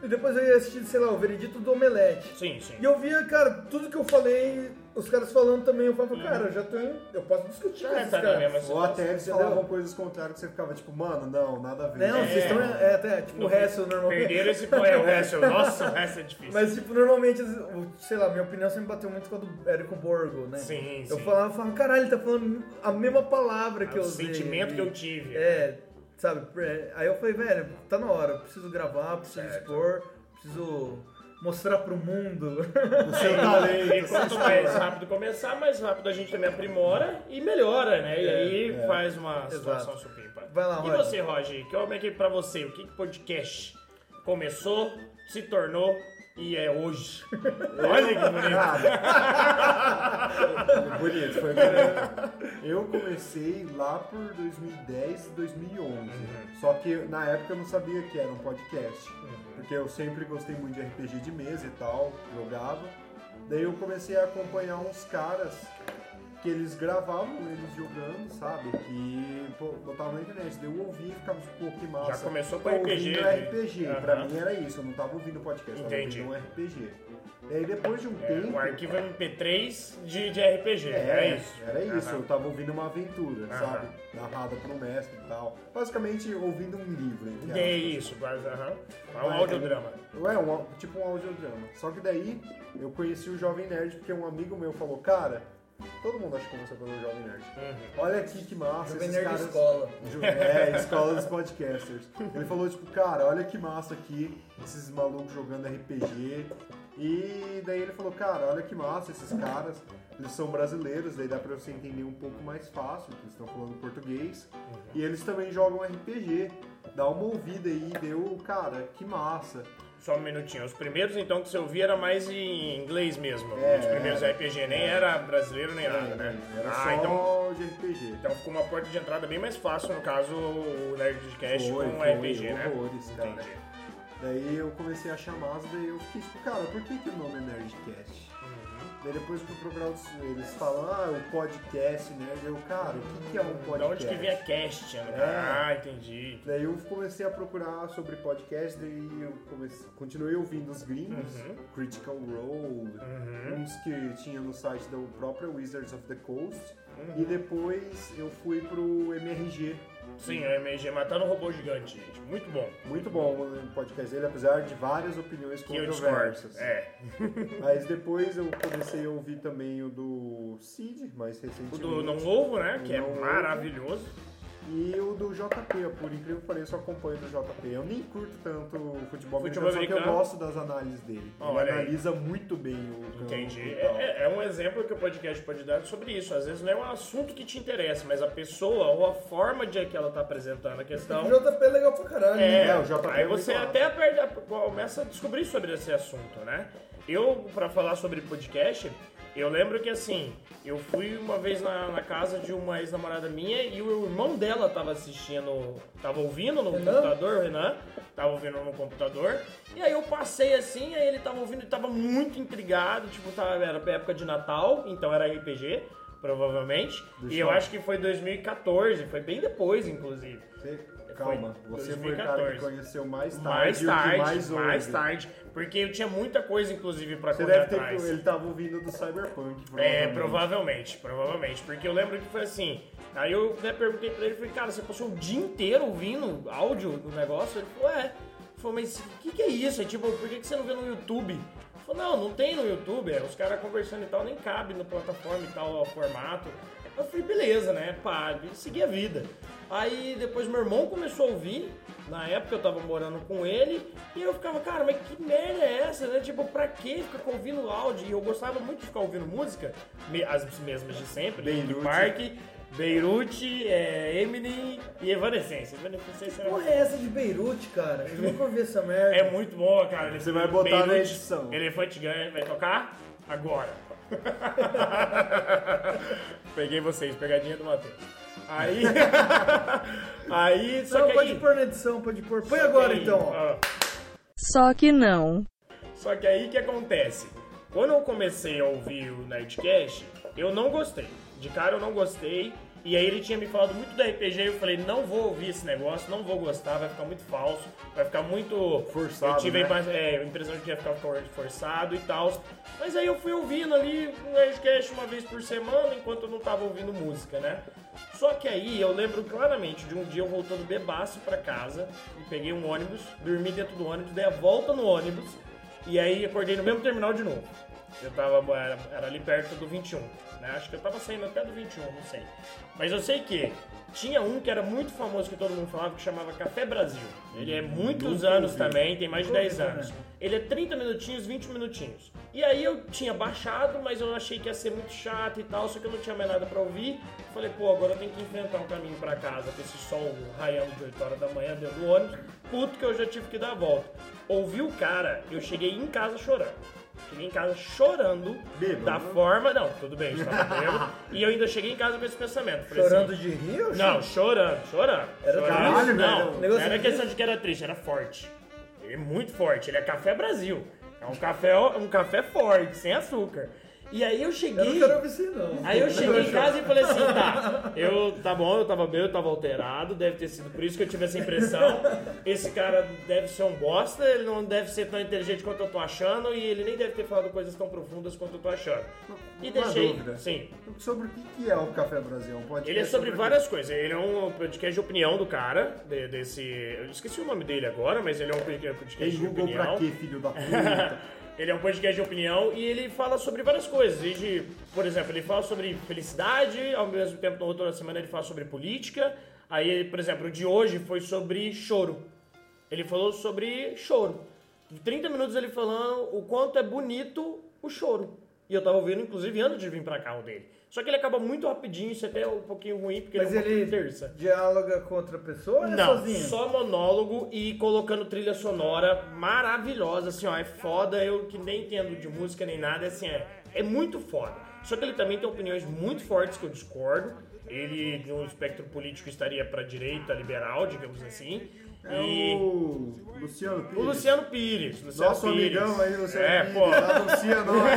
[SPEAKER 2] e depois eu ia assistir, sei lá, o veredito do Omelete.
[SPEAKER 3] Uhum. Sim, sim.
[SPEAKER 2] E eu via, cara, tudo que eu falei, os caras falando também, eu
[SPEAKER 3] Uhum.
[SPEAKER 2] falava, cara, eu já tenho, eu posso discutir com
[SPEAKER 3] Ah,
[SPEAKER 2] esses
[SPEAKER 3] tá na
[SPEAKER 2] caras.
[SPEAKER 3] mesma
[SPEAKER 4] Ou até eles
[SPEAKER 2] Entendeu?
[SPEAKER 4] falavam coisas contrárias que você ficava tipo, mano, não, nada a ver.
[SPEAKER 2] Não, vocês estão, é, até, tipo, o resto, normalmente.
[SPEAKER 3] Perderam esse poema, o resto. Nossa, o resto é difícil.
[SPEAKER 2] Mas, tipo, normalmente, o- sei lá, minha opinião sempre bateu muito com a do Érico Borgo, né?
[SPEAKER 3] Sim,
[SPEAKER 2] Eu
[SPEAKER 3] sim.
[SPEAKER 2] falava, eu falava, caralho, ele tá falando a mesma palavra que
[SPEAKER 3] o
[SPEAKER 2] eu usei.
[SPEAKER 3] sentimento que eu
[SPEAKER 2] E-
[SPEAKER 3] tive.
[SPEAKER 2] É, sabe? é, Aí eu falei, velho, tá na hora, eu preciso gravar, preciso expor, preciso mostrar pro mundo.
[SPEAKER 4] O seu
[SPEAKER 3] E
[SPEAKER 4] talento.
[SPEAKER 3] quanto mais rápido começar, mais rápido a gente também aprimora e melhora, né? E aí faz uma situação supimpa.
[SPEAKER 2] É, Vai lá,
[SPEAKER 3] E
[SPEAKER 2] Roger.
[SPEAKER 3] você, Roger, que homem é que pra você, o que que podcast começou, se tornou e é hoje? Olha que
[SPEAKER 2] Ah,
[SPEAKER 3] bonito.
[SPEAKER 4] Cara, bonito, foi bonito. Eu comecei lá por 2010, 2011.
[SPEAKER 3] Uhum.
[SPEAKER 4] Só que na época eu não sabia que era um podcast. Porque eu sempre gostei muito de RPG de mesa e tal, jogava. Daí eu comecei a acompanhar uns caras que eles gravavam eles jogando, sabe? Que pô, botavam na internet. Daí eu ouvia e ficava tipo, pô, que massa.
[SPEAKER 3] Já começou com
[SPEAKER 4] Tô
[SPEAKER 3] RPG,
[SPEAKER 4] ouvindo
[SPEAKER 3] né?
[SPEAKER 4] RPG. Pra
[SPEAKER 3] Aham.
[SPEAKER 4] mim era isso, eu não tava ouvindo podcast, eu tava
[SPEAKER 3] Entendi.
[SPEAKER 4] ouvindo um RPG. E aí depois de um
[SPEAKER 3] É,
[SPEAKER 4] tempo.
[SPEAKER 3] o arquivo MP3 de, de RPG,
[SPEAKER 4] É,
[SPEAKER 3] era isso.
[SPEAKER 4] Era isso,
[SPEAKER 3] Aham.
[SPEAKER 4] eu tava ouvindo uma aventura,
[SPEAKER 3] Aham.
[SPEAKER 4] sabe? Narrada por um mestre e tal. Basicamente ouvindo um livro, entre
[SPEAKER 3] É
[SPEAKER 4] aspas.
[SPEAKER 3] isso, quase, aham. É um
[SPEAKER 4] Mas-
[SPEAKER 3] audiodrama.
[SPEAKER 4] É, um au- tipo um audiodrama. Só que daí eu conheci o Jovem Nerd porque um amigo meu falou, cara, todo mundo acha que começou pelo Jovem Nerd.
[SPEAKER 3] Uhum.
[SPEAKER 4] Olha aqui que massa
[SPEAKER 2] Jovem
[SPEAKER 4] esses
[SPEAKER 2] Nerd
[SPEAKER 4] caras...
[SPEAKER 2] Escola.
[SPEAKER 4] Ju- É, escola dos podcasters. Ele falou, tipo, cara, olha que massa aqui, esses malucos jogando RPG. E daí ele falou, cara, olha que massa esses caras, eles são brasileiros, daí dá pra você entender um pouco mais fácil, porque eles estão falando português.
[SPEAKER 3] Uhum.
[SPEAKER 4] E eles também jogam RPG. Dá uma ouvida aí, deu, cara, que massa.
[SPEAKER 3] Só um minutinho. Os primeiros, então, que você ouvia era mais em inglês mesmo.
[SPEAKER 4] É,
[SPEAKER 3] Os primeiros RPG nem era brasileiro nem nada, né?
[SPEAKER 4] Era
[SPEAKER 3] ah,
[SPEAKER 4] só
[SPEAKER 3] então,
[SPEAKER 4] de RPG.
[SPEAKER 3] então ficou uma porta de entrada bem mais fácil, no caso, o Nerdcast
[SPEAKER 4] Foi,
[SPEAKER 3] com
[SPEAKER 4] foi,
[SPEAKER 3] RPG, né?
[SPEAKER 4] horrores, cara.
[SPEAKER 3] Entendi. Uhum.
[SPEAKER 4] Daí eu comecei a chamar, daí eu fiquei tipo, cara, por que, que o nome é Nerdcast? Daí depois eu fui procurar outros, eles falam, ah, o podcast, né? Daí eu, cara, o que, que é um
[SPEAKER 3] Da
[SPEAKER 4] podcast?
[SPEAKER 3] onde que vem a cast? né?
[SPEAKER 4] É.
[SPEAKER 3] Ah, entendi.
[SPEAKER 4] Daí eu comecei a procurar sobre podcast, daí eu comecei, continuei ouvindo os gringos,
[SPEAKER 3] Uhum.
[SPEAKER 4] Critical Role, uns que tinha no site do próprio Wizards of the Coast,
[SPEAKER 3] Uhum.
[SPEAKER 4] e depois eu fui pro MRG.
[SPEAKER 3] Sim, o MG matando um robô gigante, gente. Muito bom.
[SPEAKER 4] Muito bom o podcast dele, apesar de várias opiniões
[SPEAKER 3] Que eu discordo.
[SPEAKER 4] controversas.
[SPEAKER 3] É.
[SPEAKER 4] Mas depois eu comecei a ouvir também o do Cid, mais
[SPEAKER 3] O
[SPEAKER 4] recentemente.
[SPEAKER 3] do Não Ovo, né? Que é
[SPEAKER 4] Não Ovo.
[SPEAKER 3] maravilhoso.
[SPEAKER 4] E o do JP, por incrível que pareça, eu acompanho do JP. Eu nem curto tanto o futebol,
[SPEAKER 3] Futebol
[SPEAKER 4] americano, só que eu
[SPEAKER 3] americano.
[SPEAKER 4] gosto das análises dele.
[SPEAKER 3] Olha
[SPEAKER 4] Ele
[SPEAKER 3] aí.
[SPEAKER 4] analisa muito bem o campo
[SPEAKER 3] Entendi.
[SPEAKER 4] e
[SPEAKER 3] É,
[SPEAKER 4] tal.
[SPEAKER 3] é- é um exemplo que o podcast pode dar sobre isso. Às vezes não é um assunto que te interessa, mas a pessoa ou a forma de que ela tá apresentando a
[SPEAKER 2] O
[SPEAKER 3] questão.
[SPEAKER 2] JP é legal pra caralho.
[SPEAKER 3] É,
[SPEAKER 4] É, o JP
[SPEAKER 3] aí
[SPEAKER 4] é muito
[SPEAKER 3] você
[SPEAKER 4] massa.
[SPEAKER 3] até perde a- começa a descobrir sobre esse assunto, né? Eu, pra falar sobre podcast, eu lembro que assim, eu fui uma vez na, na casa de uma ex-namorada minha e o irmão dela tava assistindo, tava ouvindo no
[SPEAKER 2] Renan?
[SPEAKER 3] computador, o Renan, tava ouvindo no computador. E aí eu passei assim, aí ele tava ouvindo e tava muito intrigado, tipo, tava, era época de Natal, então era RPG, provavelmente.
[SPEAKER 4] Do
[SPEAKER 3] e eu
[SPEAKER 4] shopping.
[SPEAKER 3] acho que foi 2014, foi bem depois, inclusive.
[SPEAKER 4] Você- calma,
[SPEAKER 3] Foi
[SPEAKER 4] você foi o cara
[SPEAKER 3] 2014.
[SPEAKER 4] que conheceu mais tarde
[SPEAKER 3] Mais
[SPEAKER 4] e o que
[SPEAKER 3] tarde, mais,
[SPEAKER 4] mais ouve.
[SPEAKER 3] tarde, porque eu tinha muita coisa, inclusive, pra
[SPEAKER 4] Você
[SPEAKER 3] correr
[SPEAKER 4] deve ter...
[SPEAKER 3] atrás.
[SPEAKER 4] Ele tava ouvindo do Cyberpunk,
[SPEAKER 3] É,
[SPEAKER 4] provavelmente.
[SPEAKER 3] provavelmente, provavelmente, porque eu lembro que foi assim, aí eu né, perguntei pra ele, falei, cara, você passou o dia inteiro ouvindo áudio do negócio? Ele falou, é. Ele falou, mas o que, que é isso? É tipo, por que, que você não vê no YouTube? Ele falou, não, não tem no YouTube, é, os caras conversando e tal, nem cabe na plataforma e tal, ó, formato. Eu falei, beleza, né, pá, e segui a vida. Aí depois meu irmão começou a ouvir, na época eu tava morando com ele, e eu ficava, cara, mas que merda é essa, né? Tipo, pra que ficar ouvindo áudio? E eu gostava muito de ficar ouvindo música, me- as mesmas de sempre, né? Linkin
[SPEAKER 4] Beirute.
[SPEAKER 3] Park, Beirute, é, Eminem e Evanescence. Evanescence era...
[SPEAKER 2] Porra, é essa de Beirute, cara? Eu nunca ouvi essa merda.
[SPEAKER 3] É muito boa, cara. Ele-
[SPEAKER 4] Você vai botar na edição.
[SPEAKER 3] Elefante Gun vai tocar agora. Peguei vocês, pegadinha do Matheus. Aí. aí, só
[SPEAKER 2] Não,
[SPEAKER 3] que
[SPEAKER 2] então, pode
[SPEAKER 3] aí.
[SPEAKER 2] pôr na edição, pode pôr. Põe
[SPEAKER 3] só que
[SPEAKER 2] agora
[SPEAKER 3] aí-
[SPEAKER 2] então, ó.
[SPEAKER 3] Ah,
[SPEAKER 5] Só que não.
[SPEAKER 3] Só que aí o que acontece? Quando eu comecei a ouvir o Nerdcast, eu não gostei. De cara eu não gostei. E aí ele tinha me falado muito da RPG e eu falei, não vou ouvir esse negócio, não vou gostar, vai ficar muito falso, vai ficar muito...
[SPEAKER 4] Forçado,
[SPEAKER 3] Eu tive a
[SPEAKER 4] né?
[SPEAKER 3] mas é, a impressão de que ia ficar for- forçado e tal. Mas aí eu fui ouvindo ali um Nerdcast uma vez por semana, enquanto eu não tava ouvindo música, né? Só que aí eu lembro claramente de um dia eu voltando bebaço pra casa, e peguei um ônibus, dormi dentro do ônibus, dei a volta no ônibus, e aí acordei no mesmo terminal de novo. Eu tava, era, era ali perto do 21, né? Acho que eu tava saindo até do 21, não sei. Mas eu sei que tinha um que era muito famoso que todo mundo falava, que chamava Café Brasil. Ele é muitos
[SPEAKER 4] Hum, Nunca
[SPEAKER 3] anos
[SPEAKER 4] ouvi.
[SPEAKER 3] também também, tem mais de 10 anos. Ele é 30 minutinhos, 20 minutinhos. E aí eu tinha baixado, mas eu achei que ia ser muito chato e tal, só que eu não tinha mais nada pra ouvir. Falei, pô, agora eu tenho que enfrentar um caminho pra casa, com esse sol raiando de 8 horas da manhã dentro do ônibus. Puto que eu já tive que dar a volta. Ouvi o cara, eu cheguei em casa chorando. Cheguei em casa chorando
[SPEAKER 4] Bêbado,
[SPEAKER 3] da
[SPEAKER 4] né?
[SPEAKER 3] forma. Não, tudo bem, eu estava bêbado. e eu ainda cheguei em casa com esse pensamento. Falei assim,
[SPEAKER 2] Chorando de rir? ou
[SPEAKER 3] não, chorando, chorando.
[SPEAKER 2] Era
[SPEAKER 3] chorando.
[SPEAKER 4] caralho,
[SPEAKER 3] não,
[SPEAKER 4] velho.
[SPEAKER 2] Negócio
[SPEAKER 3] não era
[SPEAKER 2] difícil.
[SPEAKER 3] questão de que era triste, era forte. Ele é muito forte, ele é café Brasil. É um café, um café forte, sem açúcar. E aí eu
[SPEAKER 2] Eu não
[SPEAKER 3] cheguei.
[SPEAKER 2] quero ouvir isso, não.
[SPEAKER 3] Aí eu cheguei em casa e falei assim, tá, eu tá bom, eu tava bem, eu tava alterado, deve ter sido por isso que eu tive essa impressão. Esse cara deve ser um bosta, ele não deve ser tão inteligente quanto eu tô achando, e ele nem deve ter falado coisas tão profundas quanto eu tô achando. E
[SPEAKER 4] Uma
[SPEAKER 3] deixei.
[SPEAKER 4] dúvida.
[SPEAKER 3] Sim.
[SPEAKER 4] Sobre o que que é o Café Brasil? Um podcast
[SPEAKER 3] Ele é sobre
[SPEAKER 4] o quê?
[SPEAKER 3] várias coisas. Ele é um podcast de opinião do cara, de- desse. Eu esqueci o nome dele agora, mas ele é um podcast
[SPEAKER 4] Tem
[SPEAKER 3] de
[SPEAKER 4] Google
[SPEAKER 3] opinião.
[SPEAKER 4] pra quê, filho da puta?
[SPEAKER 3] ele é um podcast de opinião e ele fala sobre várias coisas. Desde, por exemplo, ele fala sobre felicidade, ao mesmo tempo, no outro da semana, ele fala sobre política. Aí, por exemplo, o de hoje foi sobre choro. Ele falou sobre choro. 30 minutos ele falando o quanto é bonito o choro. E eu tava ouvindo, inclusive, antes de vir pra cá o dele. Só que ele acaba muito rapidinho, isso é até um pouquinho ruim, porque
[SPEAKER 2] Mas
[SPEAKER 3] ele é um pouquinho
[SPEAKER 2] ele
[SPEAKER 3] terça.
[SPEAKER 2] dialoga com outra pessoa ou é
[SPEAKER 3] Não,
[SPEAKER 2] sozinho?
[SPEAKER 3] só monólogo e colocando trilha sonora maravilhosa, assim, ó, é foda, eu que nem entendo de música nem nada, assim, é, é muito foda. Só que ele também tem opiniões muito fortes que eu discordo. Ele, de um espectro político, estaria pra direita, liberal, digamos assim.
[SPEAKER 4] É
[SPEAKER 3] e
[SPEAKER 4] o Luciano
[SPEAKER 3] o
[SPEAKER 4] Pires.
[SPEAKER 3] Luciano Pires. É, Luciano
[SPEAKER 4] Nosso
[SPEAKER 3] Pires.
[SPEAKER 4] amigão aí, Luciano
[SPEAKER 3] É,
[SPEAKER 4] Pires.
[SPEAKER 3] pô.
[SPEAKER 4] Anuncia nós.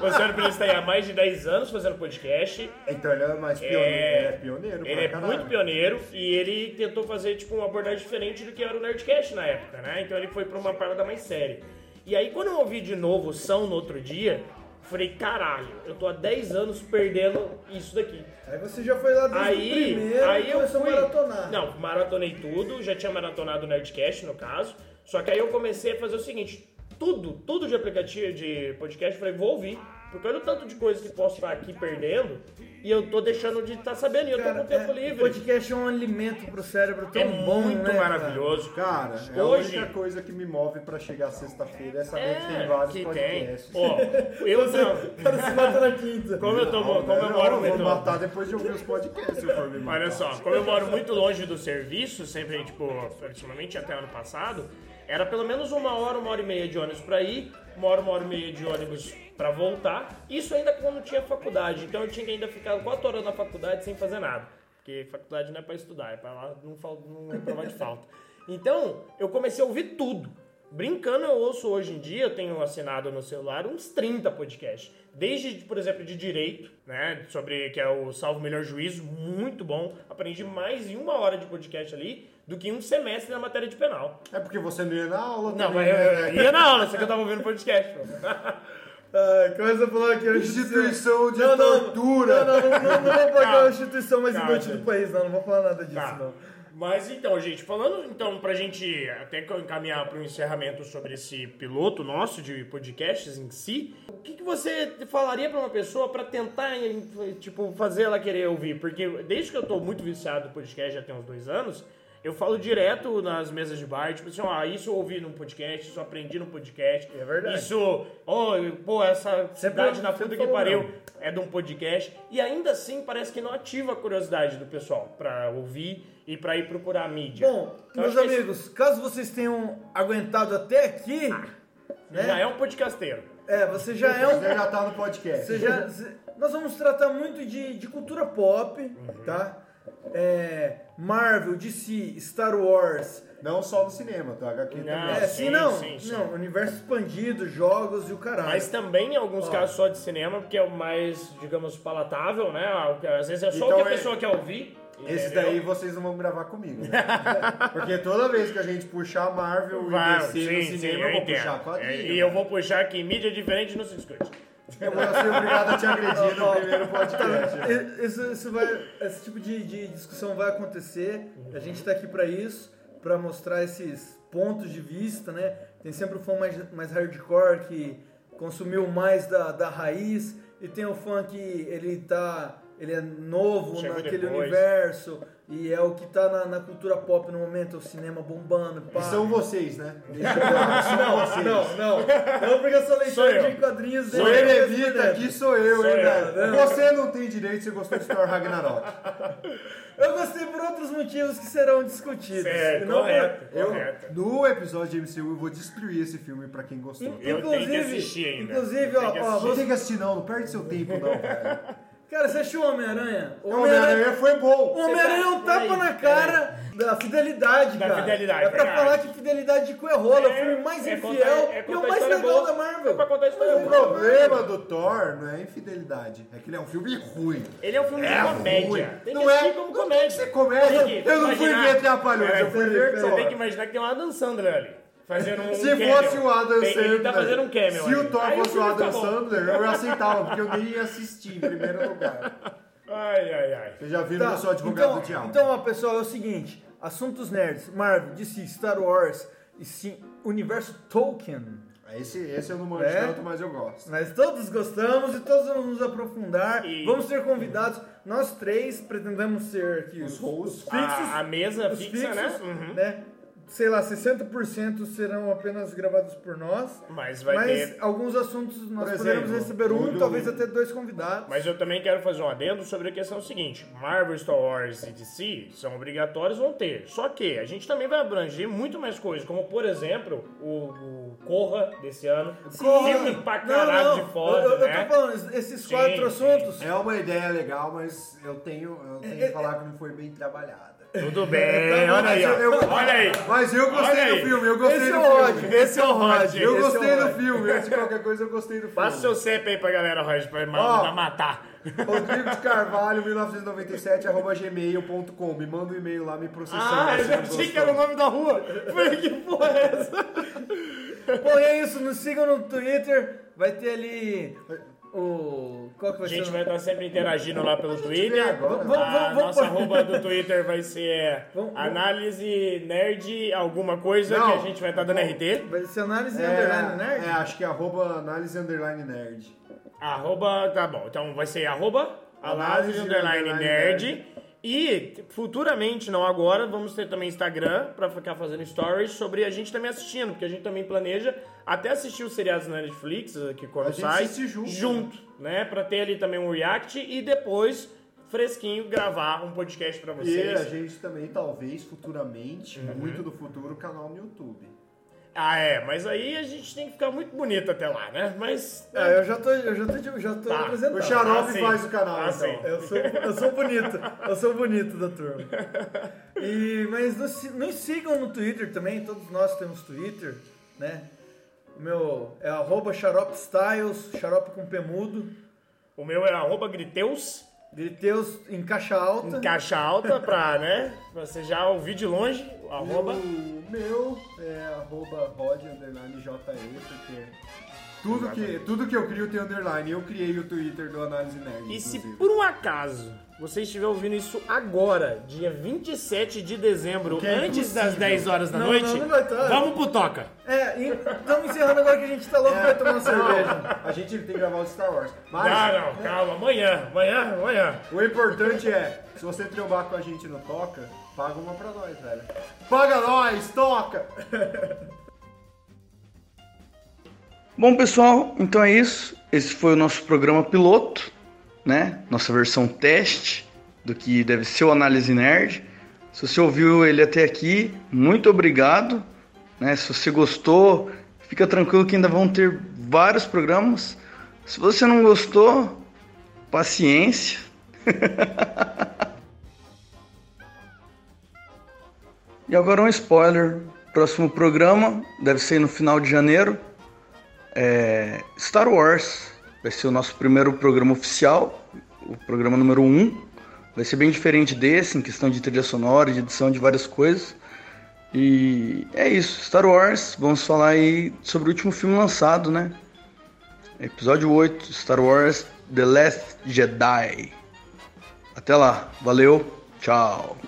[SPEAKER 3] Você era pra ele estar tá aí há mais de 10 anos fazendo podcast.
[SPEAKER 4] Então ele é mais pioneiro. Ele é pioneiro,
[SPEAKER 3] Ele
[SPEAKER 4] pra
[SPEAKER 3] é
[SPEAKER 4] caralho.
[SPEAKER 3] muito pioneiro e ele tentou fazer tipo uma abordagem diferente do que era o Nerdcast na época, né? Então ele foi pra uma parada mais séria. E aí quando eu ouvi de novo o São no outro dia, eu falei, caralho, eu tô há 10 anos perdendo isso daqui.
[SPEAKER 2] Aí você já foi lá desde o
[SPEAKER 3] Aí,
[SPEAKER 2] primeiro
[SPEAKER 3] aí
[SPEAKER 2] e
[SPEAKER 3] eu
[SPEAKER 2] começou
[SPEAKER 3] fui...
[SPEAKER 2] a maratonar.
[SPEAKER 3] Não, maratonei tudo, já tinha maratonado o Nerdcast, no caso. Só que aí eu comecei a fazer o seguinte, tudo, tudo de aplicativo, de podcast, eu falei, vou ouvir. Porque olha o tanto de coisa que posso estar aqui perdendo e eu tô deixando de estar sabendo e eu tô
[SPEAKER 2] Cara,
[SPEAKER 3] com tempo
[SPEAKER 2] é,
[SPEAKER 3] livre.
[SPEAKER 2] podcast é um alimento pro cérebro tão
[SPEAKER 3] É
[SPEAKER 2] bom,
[SPEAKER 3] muito
[SPEAKER 2] né, cara?
[SPEAKER 3] maravilhoso.
[SPEAKER 4] Cara, é
[SPEAKER 3] Hoje-
[SPEAKER 4] a única coisa que me move pra chegar sexta-feira é saber que tem
[SPEAKER 3] É,
[SPEAKER 4] vários
[SPEAKER 3] que tem.
[SPEAKER 4] podcasts.
[SPEAKER 3] Ó, eu não.
[SPEAKER 2] O cara se mata Tá na quinta.
[SPEAKER 3] Como eu, tô,
[SPEAKER 4] Não,
[SPEAKER 3] como eu
[SPEAKER 4] não,
[SPEAKER 3] moro
[SPEAKER 4] eu vou
[SPEAKER 3] muito.
[SPEAKER 4] matar depois de ouvir os podcasts, se eu for me matar.
[SPEAKER 3] Olha só, como eu moro muito longe do serviço, sempre, tipo, ultimamente até ano passado, era pelo menos uma hora, uma hora e meia de ônibus pra ir, uma hora, uma hora e meia de ônibus pra voltar. Isso ainda quando tinha faculdade, então eu tinha que ainda ficar quatro horas na faculdade sem fazer nada. Porque faculdade não é pra estudar, é pra lá não, fal- não provar de falta. Então, eu comecei a ouvir tudo. Brincando, eu ouço hoje em dia, eu tenho assinado no celular uns 30 podcasts. Desde, por exemplo, de direito, né? Sobre que é o Salvo Melhor Juízo, muito bom. Aprendi mais em uma hora de podcast ali do que em um semestre na matéria de penal.
[SPEAKER 4] É porque você não ia na aula
[SPEAKER 3] Não,
[SPEAKER 4] também,
[SPEAKER 3] mas eu,
[SPEAKER 4] né?
[SPEAKER 3] eu ia na aula, só que eu tava ouvindo podcast. pô.
[SPEAKER 2] Ai, começa a falar que é uma
[SPEAKER 4] Instituição de
[SPEAKER 2] Não, não,
[SPEAKER 4] tortura.
[SPEAKER 2] Não, não, não, não, não vou pagar
[SPEAKER 3] Cara,
[SPEAKER 2] a instituição mais
[SPEAKER 3] cara,
[SPEAKER 2] inútil
[SPEAKER 3] gente.
[SPEAKER 2] do país, não. Não vou falar nada disso,
[SPEAKER 3] Tá.
[SPEAKER 2] não.
[SPEAKER 3] Mas então, gente, falando então pra gente até encaminhar para o encerramento sobre esse piloto nosso de podcasts em si, o que, que você falaria pra uma pessoa pra tentar em- tipo fazer ela querer ouvir? Porque desde que eu tô muito viciado no podcast já tem uns dois anos, eu falo direto nas mesas de bar, tipo assim, ó, isso eu ouvi num podcast, isso eu aprendi num podcast.
[SPEAKER 2] É verdade.
[SPEAKER 3] Isso, ó, eu- pô, essa
[SPEAKER 2] Sempre-
[SPEAKER 3] cidade na
[SPEAKER 2] sempre
[SPEAKER 3] puta que
[SPEAKER 2] falou
[SPEAKER 3] pariu
[SPEAKER 2] mesmo.
[SPEAKER 3] é de um podcast e ainda assim parece que não ativa a curiosidade do pessoal pra ouvir e pra ir procurar a mídia.
[SPEAKER 2] Bom,
[SPEAKER 3] Eu
[SPEAKER 2] meus
[SPEAKER 3] acho que é
[SPEAKER 2] amigos, caso vocês tenham aguentado até aqui,
[SPEAKER 3] Ah.
[SPEAKER 4] né?
[SPEAKER 3] esse Já é um podcasteiro.
[SPEAKER 2] é, você já é um
[SPEAKER 4] Você já tá no podcast.
[SPEAKER 2] Você já- cê- nós vamos tratar muito de, de cultura pop,
[SPEAKER 3] Uhum.
[SPEAKER 2] tá? É, Marvel, DC, Star Wars.
[SPEAKER 4] Não só no cinema, tá? HQ
[SPEAKER 3] Não.
[SPEAKER 4] também.
[SPEAKER 2] é,
[SPEAKER 3] Ah, sim,
[SPEAKER 2] sim, não.
[SPEAKER 3] sim, sim.
[SPEAKER 2] Não, universo expandido, jogos e o caralho.
[SPEAKER 3] Mas também em alguns casos só de cinema, porque é o mais, digamos, palatável, né? Às vezes é só
[SPEAKER 4] Então
[SPEAKER 3] o que a
[SPEAKER 4] é-
[SPEAKER 3] pessoa quer ouvir.
[SPEAKER 4] Esse
[SPEAKER 3] entendeu?
[SPEAKER 4] daí vocês não vão gravar comigo, né? Porque toda vez que a gente puxar Marvel
[SPEAKER 3] Vai,
[SPEAKER 4] e DC no
[SPEAKER 3] sim,
[SPEAKER 4] cinema,
[SPEAKER 3] sim,
[SPEAKER 4] eu vou
[SPEAKER 3] entendo. É,
[SPEAKER 4] puxar quadrinho.
[SPEAKER 3] E eu vou puxar que mídia é diferente não se discute.
[SPEAKER 4] Eu vou ser obrigado a te agredir no primeiro podcast.
[SPEAKER 2] E- tá, é, Isso, isso vai- esse tipo de, de discussão vai acontecer. A gente tá aqui pra isso, pra mostrar esses pontos de vista, né? Tem sempre o fã mais, mais hardcore que consumiu mais da, da raiz e tem o fã que ele tá ele é novo
[SPEAKER 3] Chegou
[SPEAKER 2] naquele
[SPEAKER 3] depois.
[SPEAKER 2] universo e é o que tá na, na cultura pop no momento, é o cinema bombando, pá.
[SPEAKER 4] E são vocês, né?
[SPEAKER 2] não, não, não, não, porque eu sou
[SPEAKER 3] Sou
[SPEAKER 2] leitor
[SPEAKER 3] eu.
[SPEAKER 2] de quadrinhos
[SPEAKER 4] O
[SPEAKER 2] desde
[SPEAKER 4] Erevita
[SPEAKER 2] a
[SPEAKER 4] aqui sou eu, hein,
[SPEAKER 3] eu,
[SPEAKER 4] velho? Você não tem direito se gostou de Thor Ragnarok.
[SPEAKER 2] Eu gostei por outros motivos que serão discutidos.
[SPEAKER 3] Certo,
[SPEAKER 2] E não por-
[SPEAKER 3] correto,
[SPEAKER 4] Eu,
[SPEAKER 3] correto.
[SPEAKER 4] no episódio de MCU, eu vou destruir esse filme pra quem gostou.
[SPEAKER 3] Eu tenho que assistir ainda.
[SPEAKER 2] Inclusive,
[SPEAKER 3] Eu
[SPEAKER 2] ó,
[SPEAKER 3] tenho que
[SPEAKER 2] ó,
[SPEAKER 4] Não
[SPEAKER 3] assistir.
[SPEAKER 2] você-
[SPEAKER 4] tem que assistir não, não perde seu tempo não, velho.
[SPEAKER 2] cara, você achou Homem-Aranha?
[SPEAKER 4] O Homem-Aranha foi
[SPEAKER 2] O
[SPEAKER 4] bom.
[SPEAKER 2] Homem-Aranha é um
[SPEAKER 3] Peraí,
[SPEAKER 2] tapa na
[SPEAKER 3] tá peraí.
[SPEAKER 2] cara da fidelidade,
[SPEAKER 3] Da
[SPEAKER 2] cara.
[SPEAKER 3] fidelidade,
[SPEAKER 2] É pra
[SPEAKER 3] verdade.
[SPEAKER 2] falar que fidelidade de cu é rola, é o
[SPEAKER 3] É,
[SPEAKER 2] filme mais
[SPEAKER 3] é
[SPEAKER 2] infiel
[SPEAKER 3] contar- é
[SPEAKER 2] e
[SPEAKER 3] contar
[SPEAKER 2] o mais
[SPEAKER 3] história
[SPEAKER 2] legal
[SPEAKER 3] boa.
[SPEAKER 2] da Marvel.
[SPEAKER 3] É pra contar história
[SPEAKER 2] Mas
[SPEAKER 4] O
[SPEAKER 2] é
[SPEAKER 3] boa.
[SPEAKER 4] um problema do Thor não é a infidelidade, é que ele é um filme ruim.
[SPEAKER 3] Ele é um filme de comédia. Tem que
[SPEAKER 4] Não é-
[SPEAKER 3] assistir como comédia.
[SPEAKER 4] Você comédia?
[SPEAKER 3] Tem que
[SPEAKER 4] Eu não fui
[SPEAKER 3] imaginar-
[SPEAKER 4] ver Trapalhões,
[SPEAKER 3] Peraí,
[SPEAKER 4] eu fui ver
[SPEAKER 3] Você
[SPEAKER 4] Thor.
[SPEAKER 3] tem que imaginar que tem um Adam Sandler ali. Fazendo um
[SPEAKER 4] Se
[SPEAKER 3] cameo.
[SPEAKER 4] fosse o Adam
[SPEAKER 3] Tem-
[SPEAKER 4] Sandler.
[SPEAKER 3] Ele tá fazendo um cameo.
[SPEAKER 4] Se
[SPEAKER 3] ali.
[SPEAKER 4] o Thor
[SPEAKER 3] Aí
[SPEAKER 4] fosse o
[SPEAKER 3] filme
[SPEAKER 4] Adam
[SPEAKER 3] tá bom.
[SPEAKER 4] Sandler, eu aceitava, porque eu nem ia assistir em primeiro lugar.
[SPEAKER 3] Ai, ai, ai.
[SPEAKER 4] Vocês já viram
[SPEAKER 2] Tá,
[SPEAKER 4] que eu sou advogado
[SPEAKER 2] então,
[SPEAKER 4] do diabo.
[SPEAKER 2] Então, ó, pessoal, é o seguinte: assuntos nerds, Marvel, DC, Star Wars e sim, universo Tolkien.
[SPEAKER 4] Esse, esse eu não manjo
[SPEAKER 2] É?
[SPEAKER 4] tanto, mas eu gosto.
[SPEAKER 2] Nós todos gostamos e todos vamos nos aprofundar.
[SPEAKER 3] E-
[SPEAKER 2] Vamos ter convidados. Nós três pretendemos ser aqui
[SPEAKER 4] Os
[SPEAKER 2] os,
[SPEAKER 4] hosts.
[SPEAKER 3] A, a mesa
[SPEAKER 2] os
[SPEAKER 3] fixa,
[SPEAKER 2] fixos,
[SPEAKER 3] né? Uhum.
[SPEAKER 2] né? Sei lá, 60% serão apenas gravados por nós.
[SPEAKER 3] Mas vai
[SPEAKER 2] mas
[SPEAKER 3] ter.
[SPEAKER 2] alguns assuntos nós
[SPEAKER 4] Por
[SPEAKER 2] poderemos
[SPEAKER 4] exemplo,
[SPEAKER 2] receber um,
[SPEAKER 4] o do-
[SPEAKER 2] talvez até dois convidados.
[SPEAKER 3] Mas eu também quero fazer um adendo sobre a questão seguinte: Marvel, Star Wars e DC são obrigatórios, vão ter. Só que a gente também vai abranger muito mais coisas, como por exemplo o, o Corra desse ano.
[SPEAKER 2] Corre!
[SPEAKER 3] Filme pra
[SPEAKER 2] Não,
[SPEAKER 3] caralho
[SPEAKER 2] não,
[SPEAKER 3] de foda,
[SPEAKER 2] eu, eu,
[SPEAKER 3] né?
[SPEAKER 2] eu tô falando, esses
[SPEAKER 3] Sim,
[SPEAKER 2] quatro
[SPEAKER 3] sim.
[SPEAKER 2] assuntos É,
[SPEAKER 4] É uma ideia legal, mas eu tenho, eu tenho que falar que não foi bem trabalhada.
[SPEAKER 3] Tudo bem, olha aí, ó.
[SPEAKER 4] Eu-
[SPEAKER 3] olha aí.
[SPEAKER 4] Mas eu
[SPEAKER 3] Olha
[SPEAKER 4] gostei
[SPEAKER 3] aí.
[SPEAKER 4] do filme, eu gostei
[SPEAKER 2] Esse
[SPEAKER 4] do
[SPEAKER 2] é o
[SPEAKER 4] filme.
[SPEAKER 2] ódio.
[SPEAKER 3] Esse é o Rod.
[SPEAKER 4] Eu
[SPEAKER 3] esse é o
[SPEAKER 4] gostei
[SPEAKER 3] Rod.
[SPEAKER 4] do filme, antes de qualquer coisa eu gostei do filme.
[SPEAKER 3] Passa seu CEP aí pra galera, Rod, pra
[SPEAKER 4] Ó.
[SPEAKER 3] mandar matar.
[SPEAKER 4] Rodrigo de Carvalho, 1997, arroba gmail.com. Me manda um e-mail lá me processando.
[SPEAKER 3] Ah,
[SPEAKER 4] se
[SPEAKER 3] eu
[SPEAKER 4] você não
[SPEAKER 3] achei que
[SPEAKER 4] gostou.
[SPEAKER 3] era o nome da rua. Falei, que porra é essa?
[SPEAKER 2] Bom, e é isso. Nos sigam no Twitter. Vai ter ali o... Qual que vai
[SPEAKER 3] A gente
[SPEAKER 2] ser? o-
[SPEAKER 3] vai estar sempre interagindo lá pelo
[SPEAKER 4] vê
[SPEAKER 3] Twitter.
[SPEAKER 4] agora.
[SPEAKER 2] Vamos- vamos-
[SPEAKER 3] A
[SPEAKER 2] vamos
[SPEAKER 3] nossa
[SPEAKER 2] por-
[SPEAKER 3] arroba do Twitter vai ser
[SPEAKER 2] Vamos-
[SPEAKER 3] análise nerd alguma coisa
[SPEAKER 4] Não.
[SPEAKER 3] que a gente vai estar dando RT.
[SPEAKER 2] Vai ser análise underline nerd?
[SPEAKER 4] É, é, acho que é arroba análise underline nerd.
[SPEAKER 3] Arroba, tá bom. Então vai ser arroba análise
[SPEAKER 4] Análise
[SPEAKER 3] underline
[SPEAKER 4] underline
[SPEAKER 3] nerd. E futuramente, não agora, vamos ter também Instagram pra ficar fazendo stories sobre a gente também assistindo, porque a gente também planeja até assistir os seriados na Netflix, eh, que quando
[SPEAKER 4] A gente
[SPEAKER 3] sai,
[SPEAKER 4] assiste junto.
[SPEAKER 3] junto, né? Pra ter ali também um react e depois, fresquinho, gravar um podcast pra
[SPEAKER 4] E a
[SPEAKER 3] vocês.
[SPEAKER 4] gente também, talvez, futuramente,
[SPEAKER 3] Uhum.
[SPEAKER 4] muito do futuro, canal no YouTube.
[SPEAKER 3] Ah, é, mas aí a gente tem que ficar muito bonito até lá, né? Mas.
[SPEAKER 2] Ah, eu já tô, eu já tô, já tô
[SPEAKER 3] Tá.
[SPEAKER 2] apresentado.
[SPEAKER 4] O Xarope
[SPEAKER 3] Ah, sim.
[SPEAKER 4] faz o canal,
[SPEAKER 3] Ah,
[SPEAKER 4] então.
[SPEAKER 3] sim.
[SPEAKER 2] Eu sou, eu sou bonito, eu sou bonito da turma. E, mas nos, si- nos sigam no Twitter também, todos nós temos Twitter, né? O meu é arroba xaropestyles, xarope com P mudo,
[SPEAKER 3] O meu é arroba griteus.
[SPEAKER 2] griteus em caixa alta.
[SPEAKER 3] em caixa alta pra, né? pra Você já ouvir de longe, o
[SPEAKER 4] E
[SPEAKER 3] arroba.
[SPEAKER 4] O meu é arroba rod underline JE, porque tudo que, tudo que eu crio tem underline. Eu criei o Twitter do Análise Nerd.
[SPEAKER 3] E se
[SPEAKER 4] inclusive.
[SPEAKER 3] por um acaso você estiver ouvindo isso agora, dia 27 de dezembro,
[SPEAKER 4] é
[SPEAKER 3] antes das 10 horas da
[SPEAKER 2] Não,
[SPEAKER 3] noite,
[SPEAKER 2] não, não vai estar.
[SPEAKER 3] vamos pro Toca.
[SPEAKER 2] É, e estamos encerrando agora que a gente tá louco pra tomar uma cerveja.
[SPEAKER 4] A gente tem que gravar o Star Wars.
[SPEAKER 3] Ah,
[SPEAKER 4] Mas
[SPEAKER 3] não, calma, amanhã, amanhã, amanhã.
[SPEAKER 4] o importante é, se você trombar com a gente no Toca, paga uma pra nós, velho. Paga nós, Toca!
[SPEAKER 6] Bom, pessoal, então é isso. Esse foi o nosso programa piloto, né? Nossa versão teste do que deve ser o Análise Nerd. Se você ouviu ele até aqui, muito obrigado. né? Se você gostou, fica tranquilo que ainda vão ter vários programas. Se você não gostou, paciência. e agora um spoiler. Próximo programa deve ser no final de janeiro. Star Wars vai ser o nosso primeiro programa oficial, o programa número 1. Um. Vai ser bem diferente desse, em questão de trilha sonora, de edição, de várias coisas. E é isso, Star Wars, vamos falar aí sobre o último filme lançado, né? Episódio 8, Star Wars The Last Jedi. Até lá, valeu, tchau.